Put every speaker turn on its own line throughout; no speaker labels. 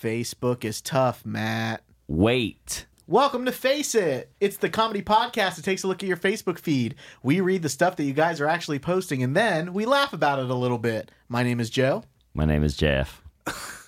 Facebook is tough, Matt.
Wait.
Welcome to Face It. It's the comedy podcast that takes a look at your Facebook feed. We read the stuff that you guys are actually posting and then we laugh about it a little bit. My name is Joe.
My name is Jeff.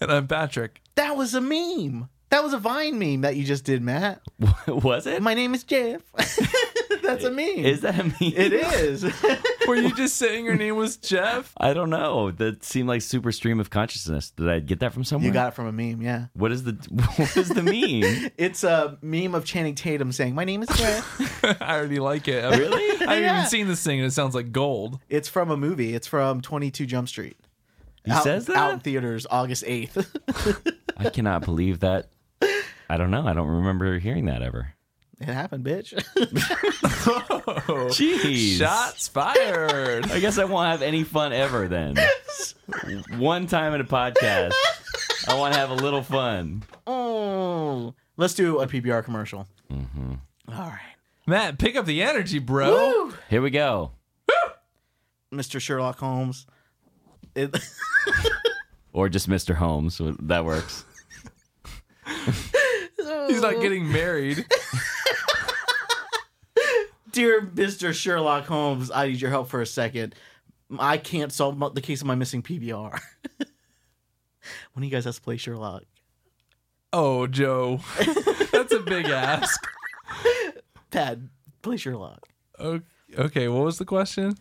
And I'm Patrick.
That was a meme. That was a Vine meme that you just did, Matt.
Was it? Is
My name is Jeff. That's a meme.
that a meme?
it is.
Were you just saying your name was Jeff?
I don't know. That seemed like super stream of consciousness. Did I get that from somewhere?
you got it from a meme, yeah.
What is the what is the meme?
It's a meme of Channing Tatum saying, My name is Jeff.
I already like it. Really? I haven't
Yeah.
even seen this thing, and it sounds like gold.
it's from a movie. It's from 22 Jump Street.
He
out,
says that?
Out in theaters August 8th.
I cannot believe that. I don't know. I don't remember hearing that ever.
it happened, bitch.
Jeez.
Shots fired.
I guess I won't have any fun ever then. One time in a podcast, I want to have a little fun.
oh. Let's do a PBR commercial. Mm-hmm. All right.
Matt, pick up the energy, bro.
Woo!
Here we go.
Mr. Sherlock Holmes. It-
Or just Mr. Holmes. That works.
He's not getting married.
Dear Mr. Sherlock Holmes, I need your help for a second. I can't solve mo- the case of my missing PBR. when do you guys have to play Sherlock?
Oh, Joe. That's a big ask.
Pat, play Sherlock.
O- Okay, what was the question?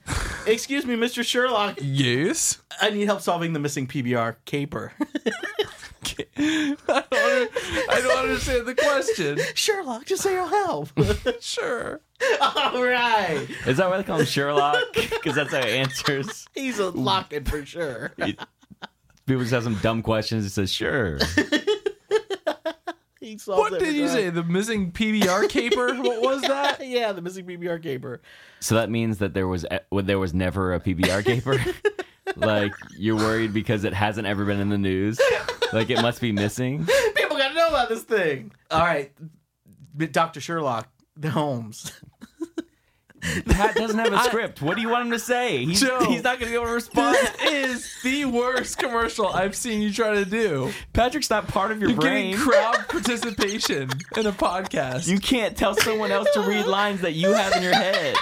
Excuse me, Mr. Sherlock.
Yes.
I need help solving the missing PBR caper.
I don't, under- I don't understand the question.
Sherlock, just say you'll help.
Sure.
All right.
Is that why they call him Sherlock? Because that's how he answers.
He's a lock in for sure.
People just have some dumb questions. He says, sure.
He solves
What did you say?
everything.
The missing PBR caper? What was that?
Yeah, the missing PBR caper.
So that means that there was e, well, there was never a PBR caper. like you're worried because it hasn't ever been in the news. Like it must be missing.
People gotta know about this thing. All right, but Dr. Sherlock Holmes.
Pat doesn't have a script. what do you want him to say? He's,
Joe.
he's not going to be able to respond.
This is the worst commercial I've seen you try to do.
Patrick's not part of your
You're
brain.
getting crowd participation in a podcast.
you can't tell someone else to read lines that you have in your head.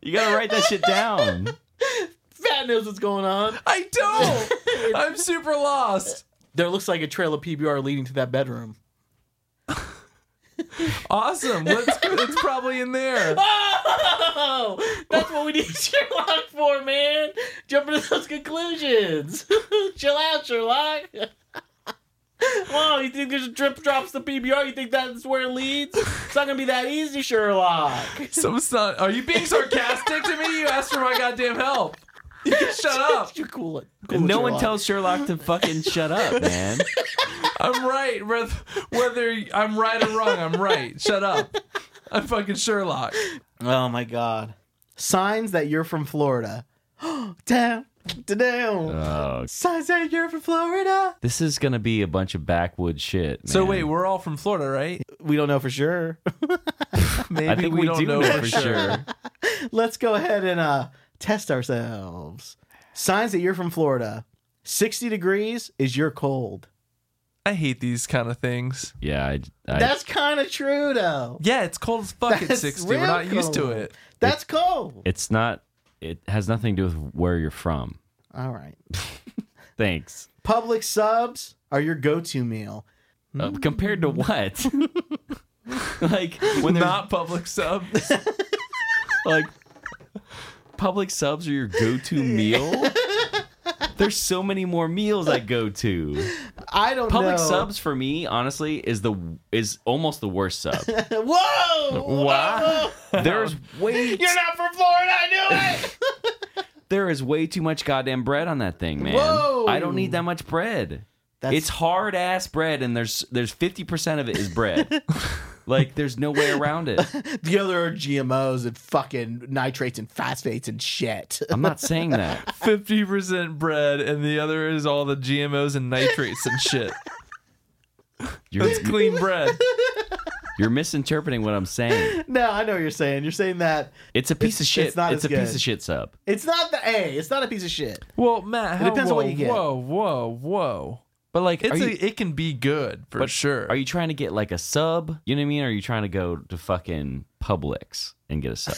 You got to write that shit down.
Fat knows what's going on.
I don't. I'm super lost.
There looks like a trail of PBR leading to that bedroom.
Awesome. Let's, it's probably in there.
Oh, that's what we need Sherlock for, man. Jumping to those conclusions. Chill out, Sherlock. Wow, you think there's drip drops the PBR? You think that's where it leads? It's not gonna be that easy, Sherlock.
Some son. Are you being sarcastic to me? You asked for my goddamn help. You can shut up.
You cool it. Cool
And
it,
no one
Sherlock.
tells Sherlock to fucking shut up, man.
I'm right. Whether, whether I'm right or wrong, I'm right. Shut up. I'm fucking Sherlock.
Oh my god. Signs that you're from Florida. down, to down.
Oh,
Signs that you're from Florida.
This is gonna be a bunch of backwoods shit.
So
man.
wait, we're all from Florida, right?
We don't know for sure.
Maybe
I think we,
don't
do
know for sure.
Let's go ahead and uh test ourselves. Signs that you're from Florida. 60 degrees is you're cold.
I hate these kind of things.
yeah, I, I-
That's kind of true though.
Yeah, it's cold as fuck at
That's
60. We're
real
not used to
cold.
it.
That's cold.
it's not. It has nothing to do with where you're from.
All right.
Thanks.
Public subs are your go-to meal.
Uh, compared to what? like when they're
not public subs.
like public subs are your go-to meal. There's so many more meals I go to.
I don't
Public
know.
subs for me, honestly, is the is almost the worst sub.
Whoa!
Wow.
Whoa!
There's way
You're not from Florida. I knew it.
there is way too much goddamn bread on that thing, man.
Whoa.
I don't need that much bread.
That's-
It's hard ass bread, and there's there's fifty percent of it is bread. like there's no way around it.
The other are GMOs and fucking nitrates and phosphates and shit.
I'm not saying that.
50% bread, and the other is all the GMOs and nitrates and shit.
You're,
That's clean bread.
You're misinterpreting what I'm saying.
No, I know what you're saying. You're saying that
It's a piece of
It's-
shit.
it's not as
a piece
good.
of shit sub.
it's not the A. It's not a piece of shit.
Well, Matt, how,
depends
whoa,
on what you get.
Whoa, whoa, whoa!
But like,
It's
are
a,
you,
it can be good for
But
sure.
are you trying to get like a sub? You know what I mean? Or are you trying to go to fucking Publix and get a sub?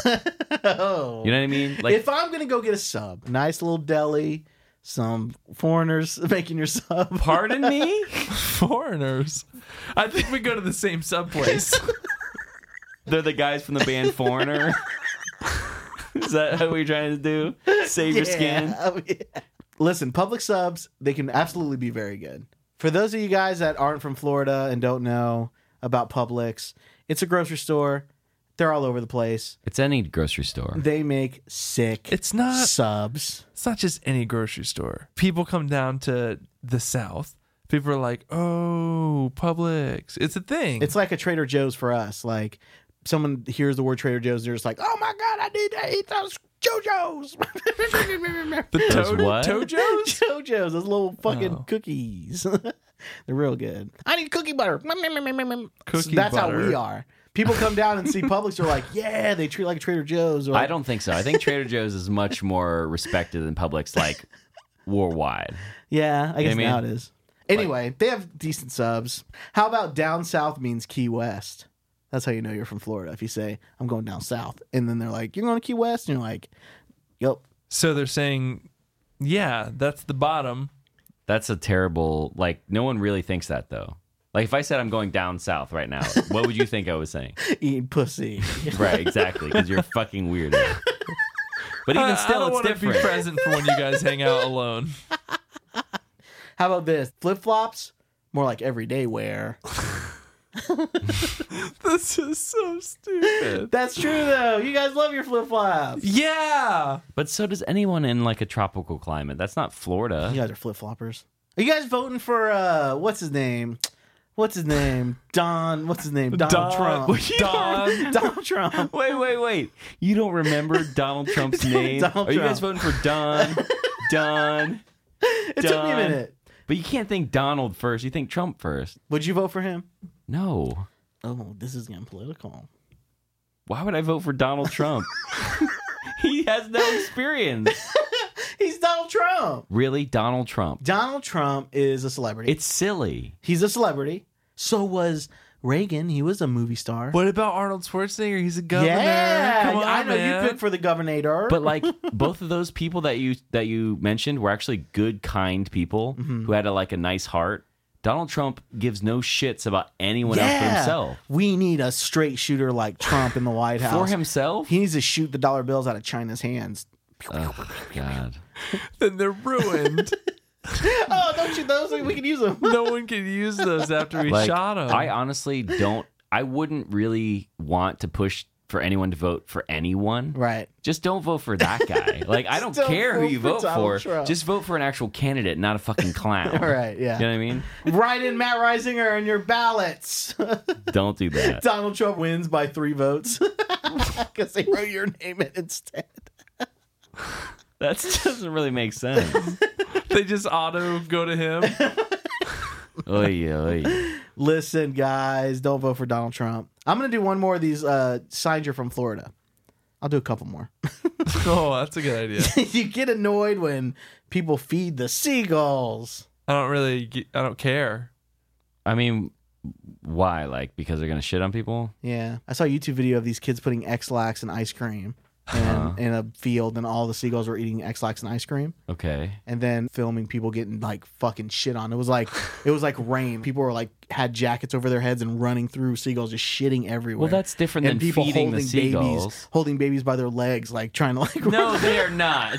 oh.
You know what I mean? Like,
if I'm gonna go get a sub, nice little deli, some foreigners making your sub.
pardon me.
foreigners? I think we go to the same sub place.
They're the guys from the band Foreigner. Is that what you're trying to do? Save your skin.
Oh, yeah. Listen, public subs, they can absolutely be very good. For those of you guys that aren't from Florida and don't know about Publix, it's a grocery store. They're all over the place.
It's any grocery store.
They make sick
It's not
subs.
it's not just any grocery store. People come down to the South. People are like, oh, Publix. It's a thing.
It's like a Trader Joe's for us. Like someone hears the word Trader Joe's, they're just like, "Oh my god, I need to eat those JoJo's."
the
Those
Toad-
what?
Tojos?
JoJo's, those little fucking
Oh.
cookies. They're real good. I need cookie butter. Mm, mm, mm, mm, mm.
Cookie
that's how we
butter.
are. People come down and see Publix. They're like, yeah, they treat like Trader Joe's. Or
I don't think so. I think Trader Joe's is much more respected than Publix, like worldwide.
Yeah, I guess
mean-
now it is. Anyway, they have decent subs. How about down south means Key West? That's how you know you're from Florida. If you say, I'm going down south, and then they're like, You're going to Key West? And you're like, Yep.
So they're saying, yeah, that's the bottom.
That's a terrible. Like, no one really thinks that though. Like, if I said I'm going down south right now, what would you think I was saying?
Eating pussy.
Right, exactly, because you're a fucking weirdo. But
I-
even
I
still,
don't
it's
wanna
different.
be present for when you guys hang out alone.
how about this? Flip flops? More like everyday wear.
this is so stupid.
That's true, though. You guys love your flip flops.
Yeah.
But so does anyone in like a tropical climate. That's not Florida.
You guys are flip floppers. Are you guys voting for uh what's his name? What's his name? Don. What's his name? Donald Trump.
Don.
Donald Trump.
Wait, wait, wait. You don't remember Donald Trump's name?
Donald
Are you guys
Trump.
voting for Don? Don.
It took me a
Don.
minute.
But you can't think Donald first. You think Trump first.
Would you vote for him?
No.
Oh, this is getting political.
Why would I vote for Donald Trump? he has no experience.
He's Donald Trump.
Really, Donald Trump.
Donald Trump is a celebrity.
It's silly.
He's a celebrity. So was Reagan. He was a movie star.
What about Arnold Schwarzenegger? He's a governor.
yeah,
Come on,
I know
man.
you picked for the governor.
But like both of those people that you that you mentioned were actually good, kind people
Mm-hmm.
who had a, like a nice heart. Donald Trump gives no shits about anyone else but
Yeah.
himself.
we need a straight shooter like Trump in the White House.
For himself?
he needs to shoot the dollar bills out of China's hands.
Oh God.
Then they're ruined.
Oh, don't shoot those. We can use them.
no one can use those after we
Like,
shot him.
I honestly don't. I wouldn't really want to push for anyone to vote for anyone.
Right.
Just don't vote for that guy. Like I don't
Just don't
care who
vote
you
for
vote for.
Donald Trump.
Just vote for an actual candidate, not a fucking clown.
All right. Yeah.
You know what I mean?
Write in Matt Reisinger on your ballots.
Don't do that.
Donald Trump wins by three votes because they wrote your name in instead.
That doesn't really make sense.
they just auto go to him.
Oy, oy.
Listen, guys, don't vote for Donald Trump. I'm gonna do one more of these. Uh, signs you're from Florida. I'll do a couple more.
oh, that's a good idea.
you get annoyed when people feed the seagulls.
I don't really. Get, I don't care.
I mean, why? Like because they're gonna shit on people?
Yeah, I saw a YouTube video of these kids putting X-Lax and ice cream in,
Huh.
in a field, and all the seagulls were eating X-Lax and ice cream.
Okay.
and then filming people getting like fucking shit on. It was like it was like rain. People were like had jackets over their heads and running through seagulls, just shitting everywhere.
Well, that's different
and
than
people
feeding
holding babies,
the seagulls.
holding babies by their legs, like trying to like.
No, they are not.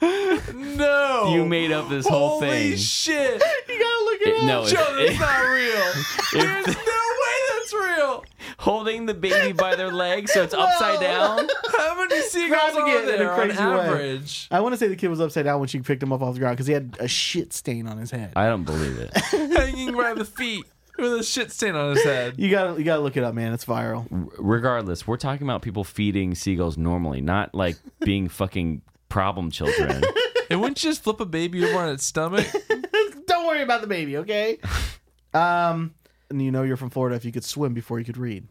No.
You made up this whole
Holy
thing.
shit.
you gotta look
It- no,
Joe,
it-
that's not real. There's no way that's real.
holding the baby by their leg so it's upside down.
How many seagulls
Grabbing
are
it in a
there on
crazy way.
average?
I want to say the kid was upside down when she picked him up off the ground because he had a shit stain on his head.
I don't believe it.
Hanging by the feet with a shit stain on his head.
You gotta you gotta look it up, man. It's viral.
Regardless, we're talking about people feeding seagulls normally, not like being fucking problem children.
It wouldn't just flip a baby over on its stomach.
Don't worry about the baby, okay? um, and you know you're from Florida if you could swim before you could read.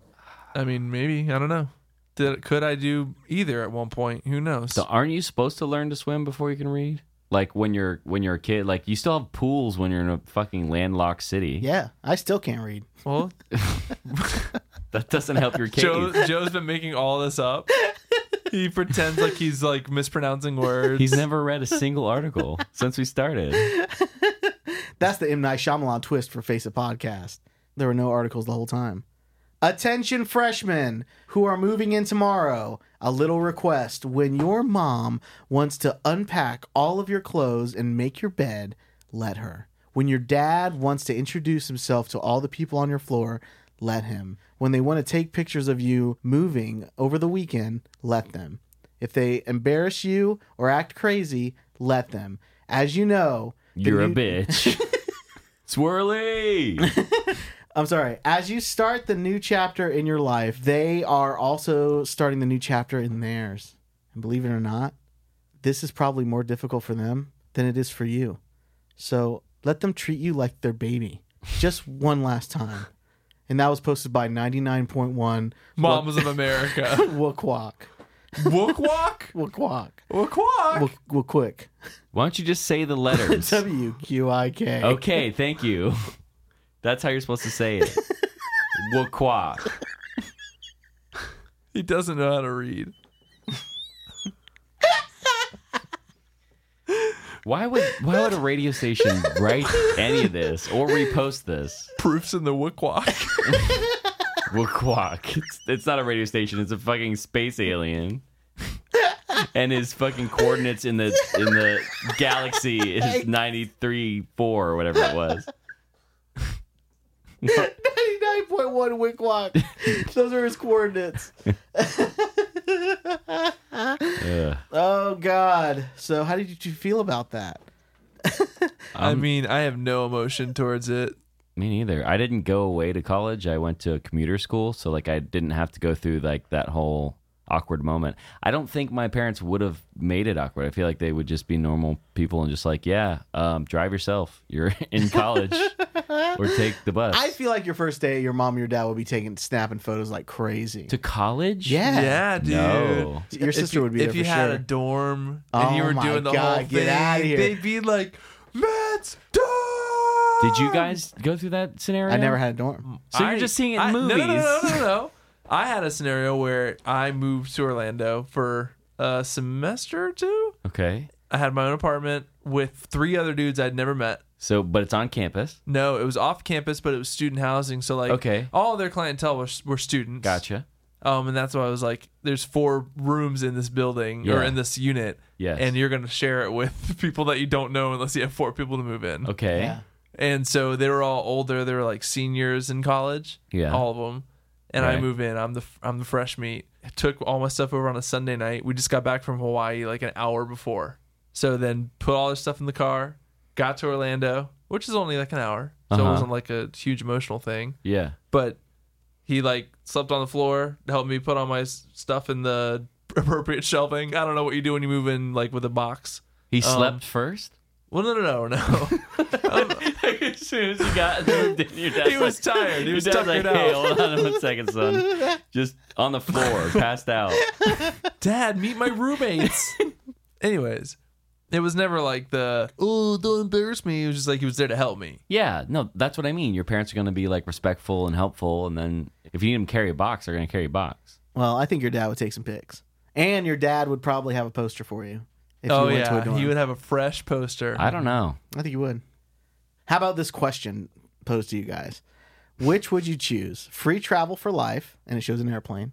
I mean, maybe I don't know. Did, could I do either at one point? Who knows?
So aren't you supposed to learn to swim before you can read? Like when you're when you're a kid, like you still have pools when you're in a fucking landlocked city.
Yeah, I still can't read.
well,
That doesn't help your case.
Joe, Joe's been making all this up. He pretends like he's like mispronouncing words.
He's never read a single article since we started.
That's the M Night Shyamalan twist for Face It podcast. There were no articles the whole time. Attention freshmen who are moving in tomorrow. A little request when your mom wants to unpack all of your clothes and make your bed, let her. When your dad wants to introduce himself to all the people on your floor, let him. When they want to take pictures of you moving over the weekend, let them. If they embarrass you or act crazy, let them. As you know, the
You're a
new-
bitch. Swirly.
I'm sorry. As you start the new chapter in your life, they are also starting the new chapter in theirs. And believe it or not, this is probably more difficult for them than it is for you. So let them treat you like their baby. Just one last time. And that was posted by 99.1
Mamas of America.
Wookwalk.
Wook walk.
Wookwalk.
Wook walk.
Wook- Wookwick.
Why don't you just say the letters?
W Q I K.
okay, thank you. That's how you're supposed to say it. Wukwa.
He doesn't know how to read.
Why would why would a radio station write any of this or repost this?
Proofs in the wook walk.
Wukquak. It's, it's not a radio station. It's a fucking space alien. and his fucking coordinates in the in the galaxy is ninety three four or whatever it was.
99.1 Wickwalk. Those are his coordinates.
Ugh.
Oh God! So how did you two feel about that?
I
Um,
mean, I have no emotion towards it.
Me neither. I didn't go away to college. I went to commuter school, so like I didn't have to go through like that whole awkward moment. I don't think my parents would have made it awkward. I feel like they would just be normal people and just like, yeah, um, drive yourself. You're in college, or take the bus
I feel like your first day, your mom, and your dad will be taking snapping photos like crazy.
to college.
yeah.
Yeah, dude.
No.
your
If
sister
you-
would be
If
there
you
for
had
sure.
a dorm and you
Oh
were
my
doing the
God,
whole
get
thing,
outta here.
they'd be like, "Matt's dorm."
Did you guys go through that scenario?
I never had a dorm.
Mm.
So you're just seeing it in
I-
movies.
No, no, no, no, no, no. I had a scenario where I moved to Orlando for a semester or two.
Okay.
I had my own apartment with three other dudes I'd never met.
So, but it's on campus.
No, it was off campus, but it was student housing. So like,
Okay.
all their clientele was, were students.
Gotcha.
Um, and that's why I was like, "There's four rooms in this building or
Yeah.
in this unit,
Yes.
and you're gonna share it with people that you don't know unless you have four people to move in."
Okay.
Yeah.
And so they were all older. They were like seniors in college.
Yeah.
all of them. And I
Right.
move in. I'm the I'm the fresh meat. I took all my stuff over on a Sunday night. We just got back from Hawaii like an hour before. So then put all their stuff in the car. Got to Orlando, which is only like an hour, so
Uh-huh.
it wasn't like a huge emotional thing
Yeah.
but he like slept on the floor, helped me put all my s- stuff in the appropriate shelving. I don't know what you do when you move in like with a box.
He slept first.
Well, no, no, no, no.
oh, as soon as he got moved in, your dad's
he was
like,
tired. He
your
was
dad's
tuckered
like,
out.
Hey, hold on one second, son. Just on the floor, passed out.
Dad, meet my roommates. Anyways, it was never like the oh, don't embarrass me. It was just like he was there to help me.
Yeah, no, that's what I mean. Your parents are going to be like respectful and helpful, and then if you need them to carry a box, they're going to carry a box.
Well, I think your dad would take some pics, and your dad would probably have a poster for you if
oh
you went to a
yeah,
dorm.
he would have a fresh poster.
I don't know.
I think you would. How about this question posed to you guys? Which would you choose? Free travel for life, and it shows an airplane.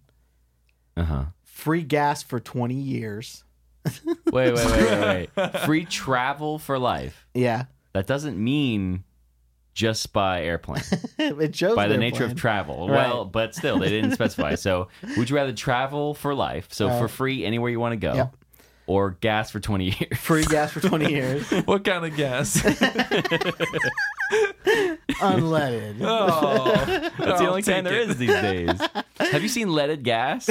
Uh huh.
Free gas for twenty years.
Wait, wait, wait, wait, wait. Free travel for life.
Yeah,
That doesn't mean just by airplane.
it shows
by
an
the nature of
airplane.
travel.
Right.
Well, but still, they didn't specify. So, would you rather travel for life, so for free anywhere you want to go,
Yep.
or gas for twenty years?
Free gas for twenty years,
what kind of gas?
unleaded.
oh,
That's the only kind there is these days. Have you seen leaded gas?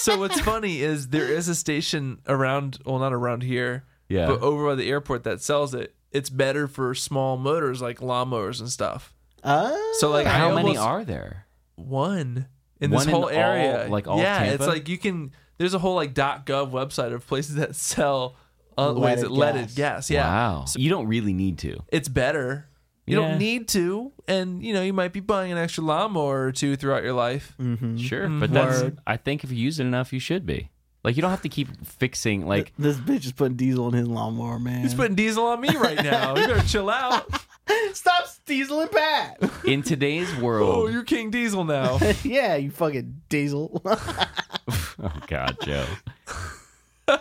so what's funny is there is a station around well not around here
Yeah.
but over by the airport that sells it it's better for small motors like lawnmowers and stuff
Oh,
so like I
How many
almost-
are there?
one in this
One in
whole
all-
area.
like, all
yeah,
Tampa?
it's like you can. There's a whole like .gov website of places that sell uh, what is it
Leaded
leaded
gas.
gas. Yeah, Mm-hmm.
Wow.
So
You don't really need to.
it's better. You
Yeah.
don't need to, and you know you might be buying an extra lawnmower or two throughout your life.
Mm-hmm.
Sure. But that's,
Word.
I think if you use it enough, you should be. Like, you don't have to keep fixing, like,
This bitch is putting diesel in his lawnmower, man.
He's putting diesel on me right now. You better chill out.
Stop dieseling Pat.
in today's
Oh,
world.
you're King Diesel now.
yeah, you fucking diesel.
Oh God, Joe.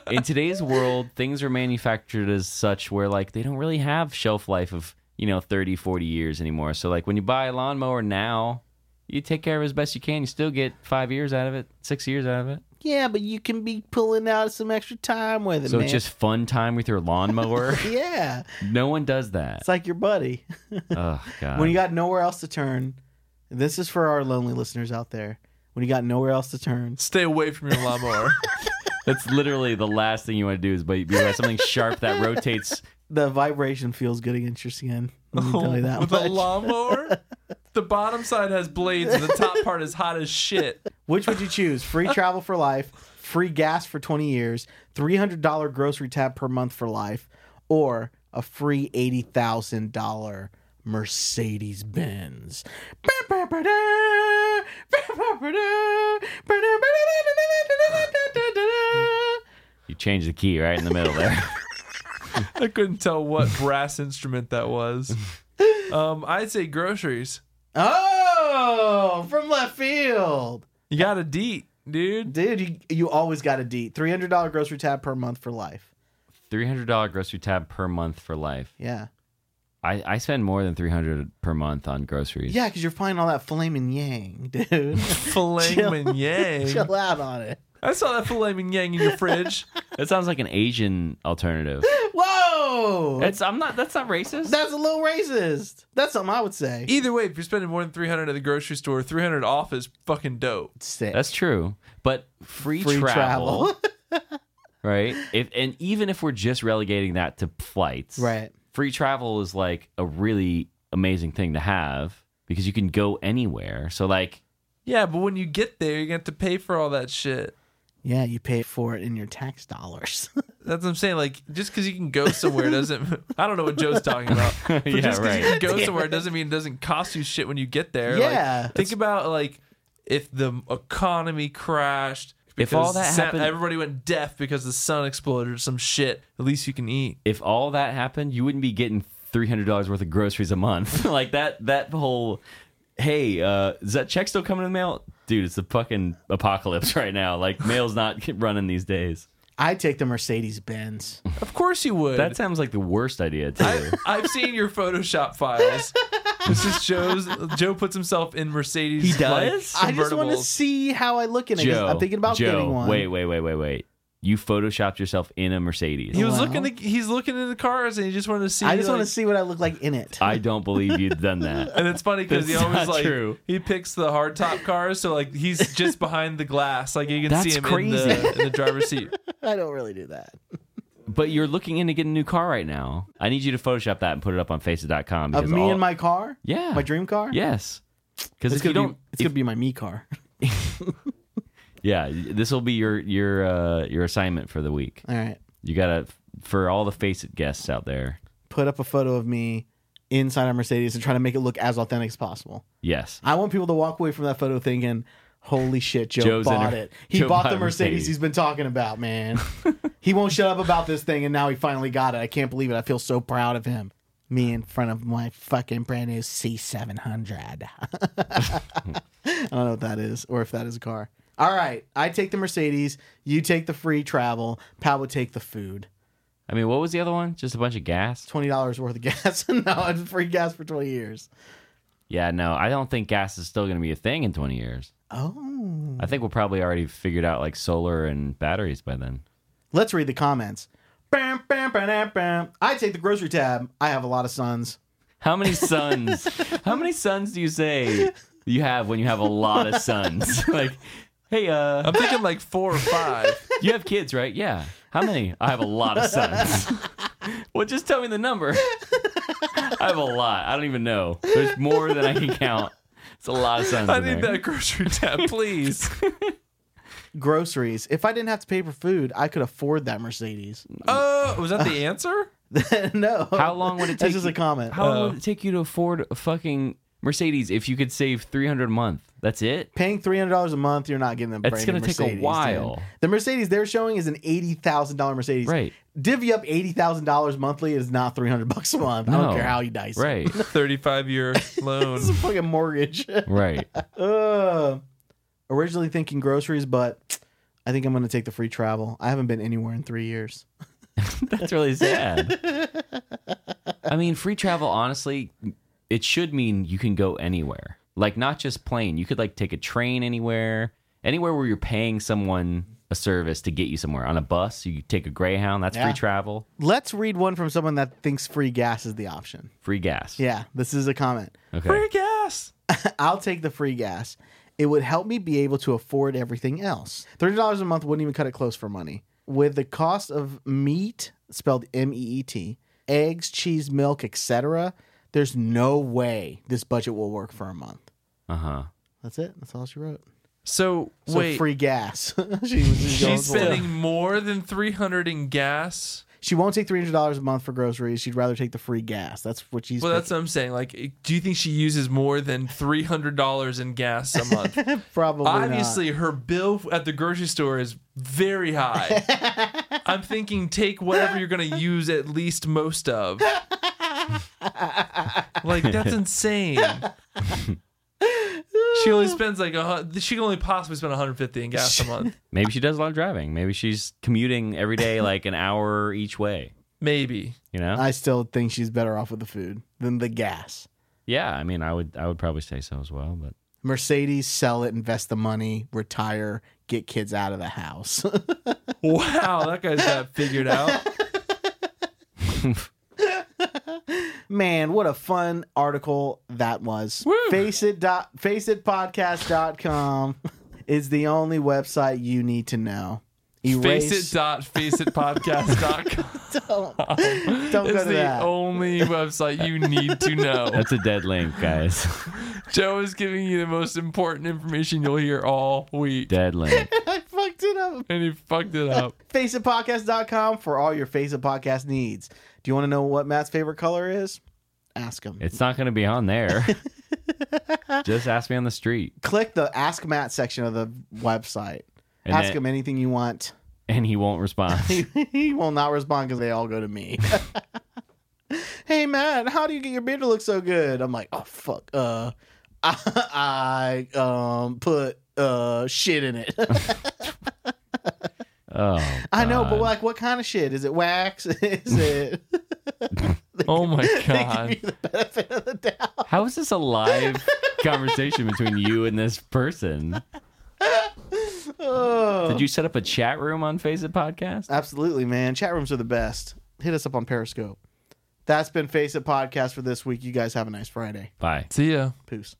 In today's world, things are manufactured as such where like they don't really have shelf life of, you know, 30, 40 years anymore. So like when you buy a lawnmower now, you take care of it as best you can. You still get five years out of it, six years out of it.
yeah, but you can be pulling out some extra time with it,
So
man.
it's just fun time with your lawnmower.
yeah,
no one does that.
it's like your buddy.
Oh God.
when you got nowhere else to turn, and this is for our lonely listeners out there. When you got nowhere else to turn,
Stay away from your lawnmower.
That's literally the last thing you want to do is but you have something sharp that rotates.
the vibration feels good against your skin. Let me tell you that
Oh, With a
much.
lawnmower, the bottom side has blades and the top part is hot as shit.
Which would you choose? Free travel for life, free gas for 20 years, $300 grocery tab per month for life, or a free $80,000 Mercedes Benz.
You change the key right in the middle there.
I couldn't tell what brass instrument that was. Um, I'd say groceries.
Oh, from left field.
You got a deet, dude.
Dude, you, you always got a D. $300 grocery tab per month for life.
Three hundred dollar grocery tab per month for life.
Yeah.
I, I spend more than 300 per month on groceries.
Yeah, because you're finding all that flaming yang, dude.
Filet
Chill.
mignon.
Chill out on it.
I saw that filet mignon in your fridge.
That sounds like an Asian alternative.
Whoa!
It's I'm not that's not racist.
That's a little racist. That's something I would say.
Either way, if you're spending more than 300 at the grocery store, 300 off is fucking dope.
Sick.
That's true. But free,
free
travel,
travel.
right? If and even if we're just relegating that to flights.
right.
Free travel is like a really amazing thing to have because you can go anywhere. So like
Yeah, but when you get there, you're going to have to pay for all that shit.
Yeah, you pay for it in your tax dollars.
That's what I'm saying. Like, just because you can go somewhere doesn't. I don't know what Joe's talking about. But
Yeah,
just 'cause
right.
you can go somewhere doesn't mean it doesn't cost you shit when you get there.
Yeah.
Like, think about like if the economy crashed.
If
Because
all that
sa-
happened-
everybody went deaf because the sun exploded or some shit. At least you can eat.
if all that happened, you wouldn't be getting $300 worth of groceries a month. like that that whole hey, uh is that check still coming in the mail? Dude, it's the fucking apocalypse right now. Like mail's not running these days.
I take the Mercedes Benz.
Of course you would.
That sounds like the worst idea too.
I, I've seen your Photoshop files. This is Joe's. Joe puts himself in Mercedes.
He does?
Like,
I just want to
convertibles.
see how I look in it. 'cause
Joe,
I'm thinking about
Joe,
getting one.
Wait, wait, wait, wait, wait. You photoshopped yourself in a Mercedes.
He was
Wow.
looking. To, he's looking in the cars, and he just wanted to see.
I just want
like-
to see what I look like in it.
I don't believe you've done that.
And it's funny because he
That's
always
not
like
true.
he picks the hard top cars, so like he's just behind the glass, like you can see
That's
him in the, in the driver's seat.
I don't really do that.
But you're looking into getting a new car right now. I need you to Photoshop that and put it up on Faces.com.
Of
Because
me
all,
and my car?
yeah,
My dream car?
Yes, because
It's
if you
gonna be
don't,
it's gonna be my me car.
yeah, this will be your your uh, your assignment for the week.
All right.
You gotta for all the Face It guests out there.
Put up a photo of me inside a Mercedes and try to make it look as authentic as possible.
Yes,
I want people to walk away from that photo thinking, "Holy shit, Joe
Joe's
bought
in a-
it. He
Joe
bought
bought
the
a
Mercedes,
Mercedes."
he's been talking about, man. he won't shut up about this thing, and now he finally got it. I can't believe it. I feel so proud of him. Me in front of my fucking brand new C700. I don't know what that is, or if that is a car. All right, I take the Mercedes. You take the free travel. Pat would take the food.
I mean, what was the other one? Just a bunch of gas.
Twenty dollars worth of gas. no, it's free gas for twenty years.
Yeah, no, I don't think gas is still gonna be a thing in 20 years.
Oh.
I think we'll probably already figured out like solar and batteries by then.
Let's read the comments. Bam, bam, bam, bam, bam. I take the grocery tab. I have a lot of sons.
How many sons? how many sons do you say you have when you have a lot of sons? like, hey, uh,
I'm thinking like four or five.
you have kids, right? Yeah. How many? I have a lot of sons. well, just tell me the number. I have a lot. I don't even know. There's more than I can count. It's a lot of sounds.
I
in
need
there.
that grocery tab, please.
Groceries. If I didn't have to pay for food, I could afford that Mercedes.
Oh, was that the answer?
no.
How long would it
That's
take
just
you-
a comment. Uh,
How long
Oh.
would it take you to afford a fucking Mercedes if you could save three hundred a month? That's it.
Paying three hundred dollars a month, you're not getting a
That's
brand
gonna
new
take a
Mercedes. dude.
while.
The Mercedes they're showing is an eighty thousand dollar Mercedes.
Right.
Divvy up eighty thousand dollars monthly is not three hundred bucks a month. I don't
No.
care how you dice it.
Right.
35 year loan.
It's a fucking mortgage.
right.
Ugh. originally thinking groceries, but I think I'm gonna take the free travel. I haven't been anywhere in three years.
That's really sad. I mean, free travel, honestly, it should mean you can go anywhere. Like, not just plane. You could, like, take a train anywhere, anywhere where you're paying someone a service to get you somewhere. On a bus, you take a Greyhound, that's
Yeah.
free travel,
Let's read one from someone that thinks free gas is the option.
free gas.
Yeah, this is a comment.
Okay.
Free gas.
I'll take the free gas. It would help me be able to afford everything else. $30 a month wouldn't even cut it close for money. With the cost of meat, spelled M E E T, eggs, cheese, milk, etc., there's no way this budget will work for a month.
Uh huh.
That's it. That's all she wrote.
So,
So
wait.
free gas. she, was just going
She's
for it.
spending more than 300 in gas.
She won't take $300 a month for groceries. She'd rather take the free gas. That's what she's
Well, that's what I'm saying. Like, do you think she uses more than three hundred dollars in gas a month?
picking. probably not.
Obviously, her bill at the grocery store is very high. I'm thinking take whatever you're going to use at least most of. like that's insane. she only spends like a hun- she can only possibly spend 150 in gas a month.
Maybe she does a lot of driving. Maybe she's commuting every day, like, an hour each way,
Maybe.
you know?
I still think she's better off with the food than the gas.
yeah. I mean, I would, I would probably say so as well, but.
Mercedes, sell it, invest the money, retire, get kids out of the house.
Wow, that guy's got it figured out.
Man, what a fun article that was.
Woo.
Face it dot faceitpodcast.com is the only website you need to know. Erase
Face it dot faceitpodcast.com.
don't, don't go to
It's the
that.
only website you need to know.
That's a dead link, guys.
Joe is giving you the most important information you'll hear all week,
dead link.
I fucked it up.
and he fucked it up.
Faceitpodcast.com for all your Face It Podcast needs. Do you want to know what Matt's favorite color is? Ask him.
It's not going to be on there. Just ask me on the street,
Click the Ask Matt section of the website.
And
Ask
then-
him anything you want.
and he won't respond.
he will not respond because they all go to me. hey man, how do you get your beard to look so good? I'm like, oh fuck, uh, I, I um put uh shit in it.
Oh,
I know, but
God.
like, what kind of shit is it? Wax? Is it?
Oh my
They give
god!
you the benefit of the doubt.
how is this a live conversation between you and this person?
Oh.
Did you set up a chat room on Face It Podcast?
Absolutely, man. Chat rooms are the best. Hit us up on Periscope. That's been Face It Podcast for this week. You guys have a nice Friday.
Bye.
See ya.
Peace.